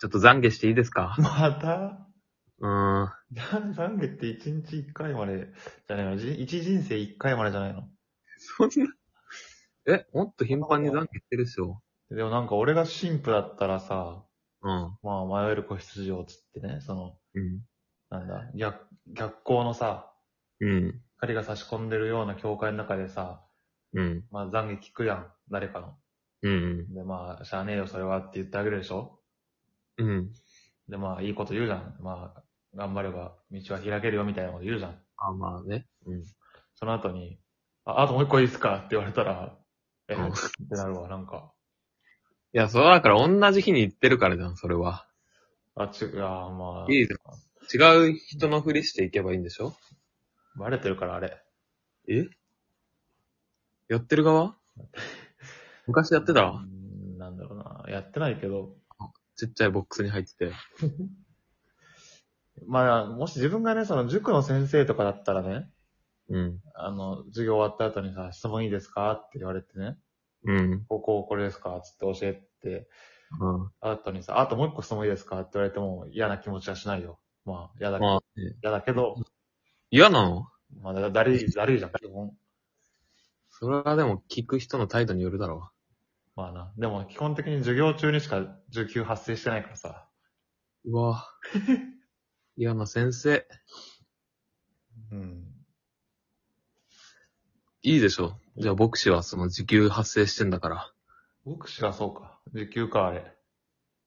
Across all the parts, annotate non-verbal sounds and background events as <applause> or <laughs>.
ちょっと懺悔していいですかまた <laughs> うーん。な、なんでって一日一回までじゃないのじ一人生一回までじゃないのそんな。え、もっと頻繁に懺悔してるっしょ。でもなんか俺が神父だったらさ、うん。まあ迷える子羊をつってね、その、うん。なんだ、逆、逆光のさ、うん。光が差し込んでるような教会の中でさ、うん。まあ懺悔聞くやん、誰かの。うん。でまあ、しゃあねえよそれはって言ってあげるでしょうん。でまあ、いいこと言うじゃん。まあ、頑張れば道は開けるよみたいなこと言うじゃん。あ、まあね。うん。その後に、あ、あともう一個いいっすかって言われたら、え、っうんてなるわ、なんか。いや、それはだから同じ日に行ってるからじゃん、それは。あ、ちゅ、あーまあ、いいじゃん。違う人のふりしていけばいいんでしょバレてるからあれ。えやってる側昔やってうたーんなんだろうな。やってないけど。ちっちゃいボックスに入ってて。まあ、もし自分がね、その塾の先生とかだったらね、うん。あの、授業終わった後にさ、質問いいですかって言われてね、うん。こうこうこれですかつって教えて、うん。後にさ、あともう一個質問いいですかって言われても嫌な気持ちはしないよ。まあ、嫌だ、まあ、ね、嫌だけど、嫌なのまあ、だだるい、だるいじゃん、基本。それはでも聞く人の態度によるだろまあな。でも、基本的に授業中にしか受給発生してないからさ。う。う <laughs> わぁ嫌な先生。うん。いいでしょ。じゃあ、牧師はその時給発生してんだから。僕しがそうか。受給か、あれ。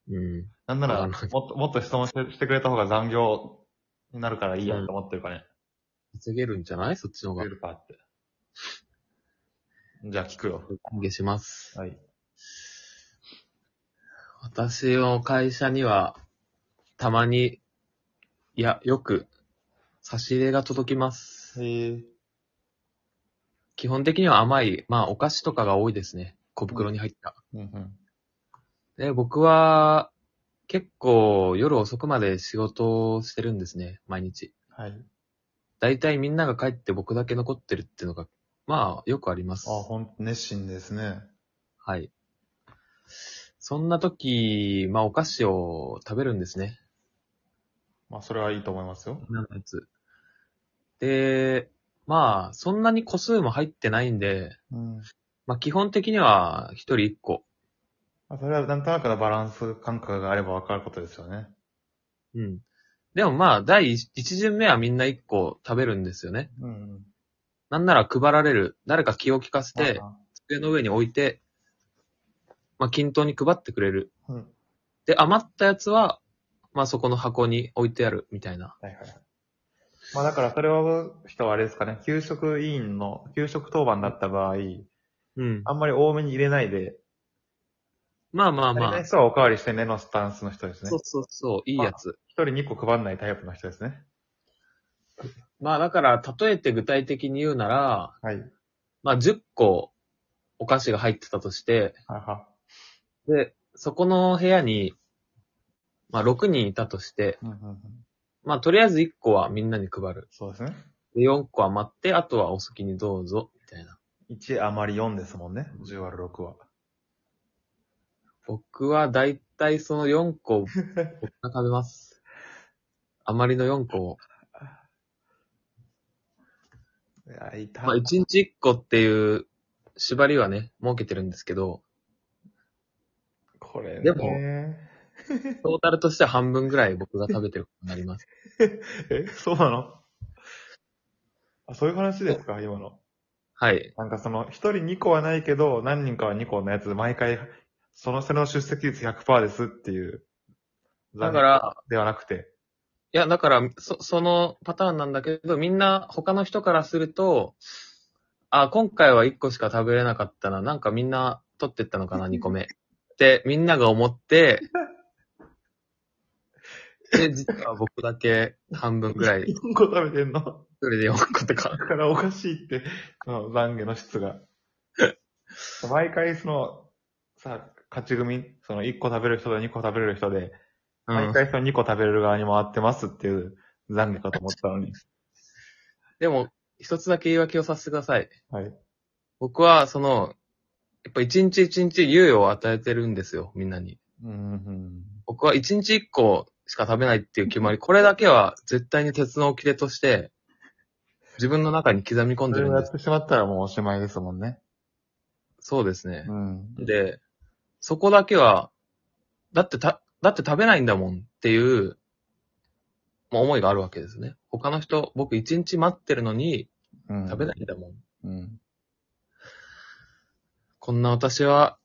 うん。なんなら、わもかんなっいと、もっと質問してしてくれた方が残業になるからいいやって思ってるかね。稼げるんじゃないそっちの方受がけ。るかって。じゃあ聞くよ。歓迎します。はい。私の会社には、たまに、いや、よく、差し入れが届きます。へえ。基本的には甘い、まあ、お菓子とかが多いですね。小袋に入った。うんうん。で、僕は、結構夜遅くまで仕事をしてるんですね、毎日。はい。だいたいみんなが帰って僕だけ残ってるっていうのが、まあ、よくありますあ、。ほん、熱心ですね。はい。そんな時、まあ、お菓子を食べるんですね。まあ、それはいいと思いますよ。なんかやつ。で、まあ、そんなに個数も入ってないんで、うん。まあ、基本的には一人一個。まあ、それはなんとなくのバランス感覚があればわかることですよね。うん。でもまあ、第一一巡目はみんな一個食べるんですよね。うんうん。なんなら配られる。誰か気を利かせて、ま机の上に置いて、まあ、均等に配ってくれる。あうん。で、余ったやつは、まあ、そこの箱に置いてある、みたいな。はいはい。まあだからそれを人はあれですかね、給食委員の、給食当番だった場合、うん。あんまり多めに入れないで、まあまあ足りまなあい。人はおかわりしてねのスタンスの人ですねそう。そうそう、いいやつ。一人二個配んないタイプの人ですね。まあだから、例えて具体的に言うなら、はい。まあ10個お菓子が入ってたとして、はは。で、そこの部屋に、まあ6人いたとして、うんうんうん。まあとりあえず1個はみんなに配る。そうですね。で、4個余って、あとはお好きにどうぞ、みたいな。 1余り4ですもんね。10割る6は。僕はだいたいその4個を僕が食べます。 <laughs> 余りの4個を。いや、いた。まあ1日1個っていう縛りはね、設けてるんですけど、これね。でもトータルとしては半分ぐらい僕が食べてることになります。え、そうなのあ、そういう話ですか今の。はい。なんかその、一人二個はないけど、何人かは二個のやつ、毎回、その、その出席率100%ですっていう。だから、ではなくて。いや、だから、そ、そのパターンなんだけど、みんな、他の人からすると、あ、今回は1個しか食べれなかったな、なんかみんな取ってったの <laughs> かな、2個目。って、みんなが思って、で、実は僕だけ半分ぐらい、 4個食べてんのそれで4個とか。だからおかしいって、その懺悔の質が。毎回その、さ、勝ち組、その1個食べる人と2個食べれる人で、う毎ん。回その2個食べれる側に回ってますっていう懺悔かと思ったのに。でも、一つだけ言い訳をさせてください。はい。僕は、その、やっぱ一日一日猶予を与えてるんですよ、みんなに。うん。僕は1日1個しか食べないっていう決まり、これだけは絶対に鉄の切れとして、自分の中に刻み込んそでれるをんやでっす。てしまったらもうおしまいですもんね。そうですね。うん。で、そこだけは、だってた、だって食べないんだもんっていう、まあ、思いがあるわけですね。他の人、僕1日待ってるのにうん、食べないんだもん。うん。こんな私は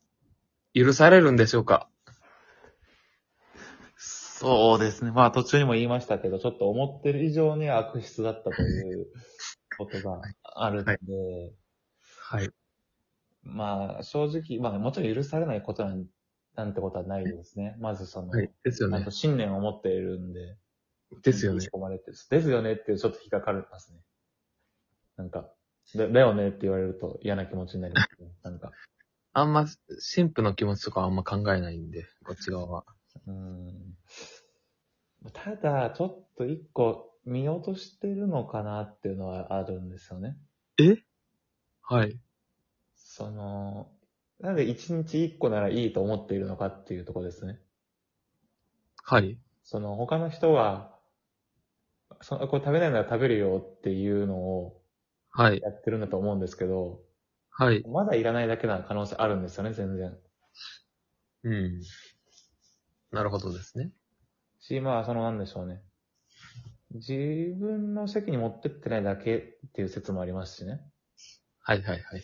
許されるんでしょうかそうですね。まあ途中にも言いましたけど、ちょっと思ってる以上に悪質だったということがあるので、はい。まあ正直、まあもちろん許されないことなんなんてことはないですね。まずその、はい。ですよちゃんねと。信念を持っているんで。ですよね引き。込まれてるですよねってちょっと引っかかりますね。なんか、だだよねって言われると嫌な気持ちにな <laughs> ります、ね。なんか、あんま、神父の気持ちとかはあんま考えないんで、こっち側は。うーん。ただ、ちょっと一個見落としてるのかなっていうのはあるんですよね。はい。その、なんで一日一個ならいいと思っているのかっていうところですね。はい。その他の人は、そのこれ食べないなら食べるよっていうのをはい。やってるんだと思うんですけど、はい。まだいらないだけな可能性あるんですよね、全然。うん。なるほどですね。し、まあ、その、なんでしょうね。自分の席に持ってってないだけっていう説もありますしね。はいはいはい。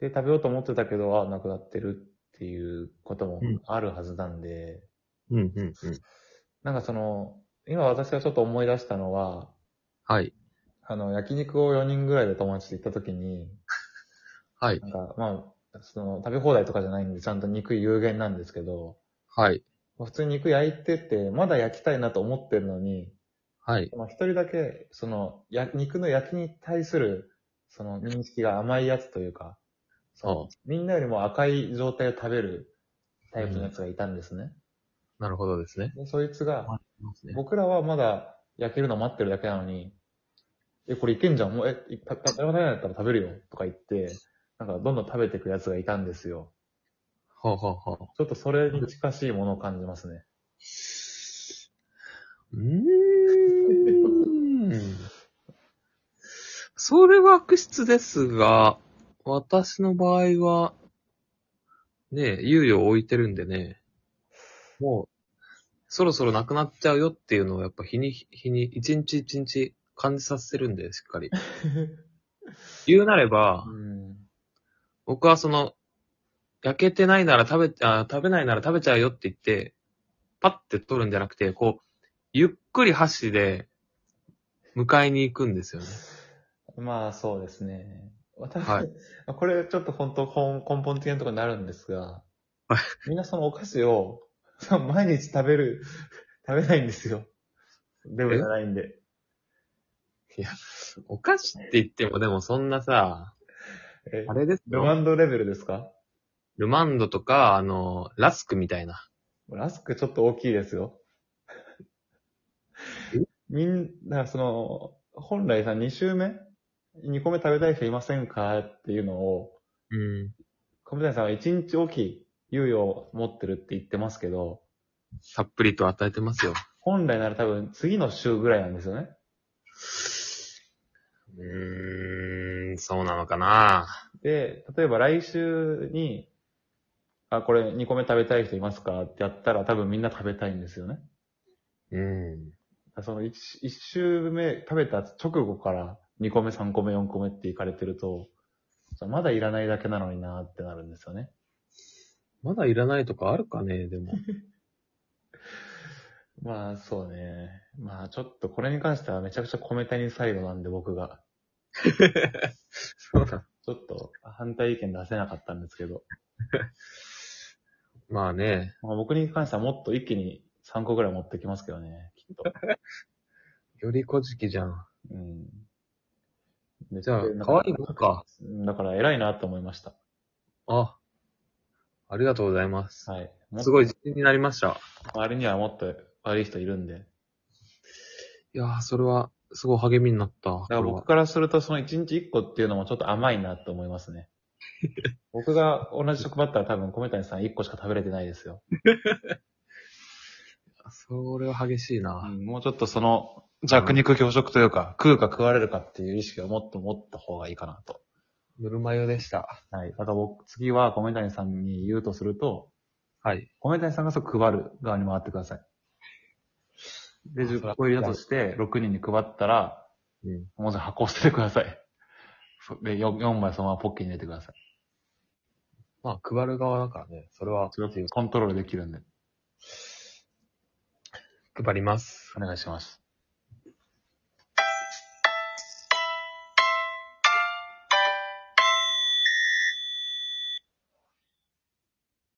で、食べようと思ってたけど、あ、なくなってるっていうこともうんあるはずなんで、うんうんうん。なんかその、今私がちょっと思い出したのは、はい。あの、焼肉を4人ぐらいで友達と行った時に、はい。なんか、まあ、その、食べ放題とかじゃないんで、ちゃんと肉有限なんですけど、はい。普通に肉焼いてて、まだ焼きたいなと思ってるのに、はい。まあ、一人だけ、その、や、肉の焼きに対する、その認識が甘いやつというか、ああう。みんなよりも赤い状態を食べるタイプのやつがいたんですね。なるほどですね。で、そいつが、ありますね僕らはまだ焼けるの待ってるだけなのに、え、これいけんじゃん、もう、え、いた、た、食べないんだったら食べるよ、とか言って、なんかどんどん食べていくやつがいたんですよ。ほうほうほう。ちょっとそれに近しいものを感じますね。うーん。それは悪質ですが、私の場合は、ねえ、猶予を置いてるんでね、もう、そろそろなくなっちゃうよっていうのをやっぱ日に日に、一日一日感じさせてるんで、しっかり。言うなれば、うん。僕はその、焼けてないなら食べ、あ食べないなら食べちゃうよって言って、パッて取るんじゃなくて、こう、ゆっくり箸で、迎えに行くんですよね。まあそうですね。私、はいこれちょっと本当根根本的なところになるんですがはい、みんなそのお菓子を <laughs> その毎日食べる、食べないんですよ。でもじゃないんで。お菓子って言っても、でもそんなさ、えあれですルよ。マンドレベルですかルマンドとか、あの、ラスクみたいな。ラスクちょっと大きいですよえ。みんな、その、本来さ、2週目 ?2 個目食べたい人いませんかっていうのを、うん。小宮さんは1日おき猶予を持ってるって言ってますけど、たっぷりと与えてますよ。本来なら多分次の週ぐらいなんですよね。うーん、そうなのかなで、例えば来週に、あ、これ2個目食べたい人いますかってやったら多分みんな食べたいんですよね。うん。その 1, 週目食べた直後から2個目、3個目、4個目っていかれてると、まだいらないだけなのになってなるんですよね。まだいらないとかあるかね、で <laughs> も。まあそうね。まあちょっとこれに関してはめちゃくちゃ米谷サイドなんで僕が。そうだ。ちょっと反対意見出せなかったんですけど。まあね、まあ、僕に関してはもっと一気に3個ぐらい持ってきますけどね、き <laughs> っと。よりこじきじゃん。うん。じゃあで、可愛いもんか。うんだから偉いなと思いました。あ、ありがとうございます。はい。すごい。い自信になりました。周りにはもっと悪い人いるんで。いやー、それは、すごい励みになった。 <laughs> だから僕からすると、その1日1個っていうのもちょっと甘いなと思いますね。僕が同じ職場だったら多分米谷さん1個しか食べれてないですよ。それは激しいな。もうちょっとその弱肉強食というか、食うか食われるかっていう意識をもっと持った方がいいかなと。ぬるま湯でした。はい。あと僕、次は米谷さんに言うとすると、はい。米谷さんがそう配る側に回ってください。で、10個入りだとして、6人に配ったら、うん。もうそれ箱を捨ててください。そうで4、4枚そのままポッケに入れてください。まあ、配る側だからね。それは、コントロールできるんで、配ります。お願いします。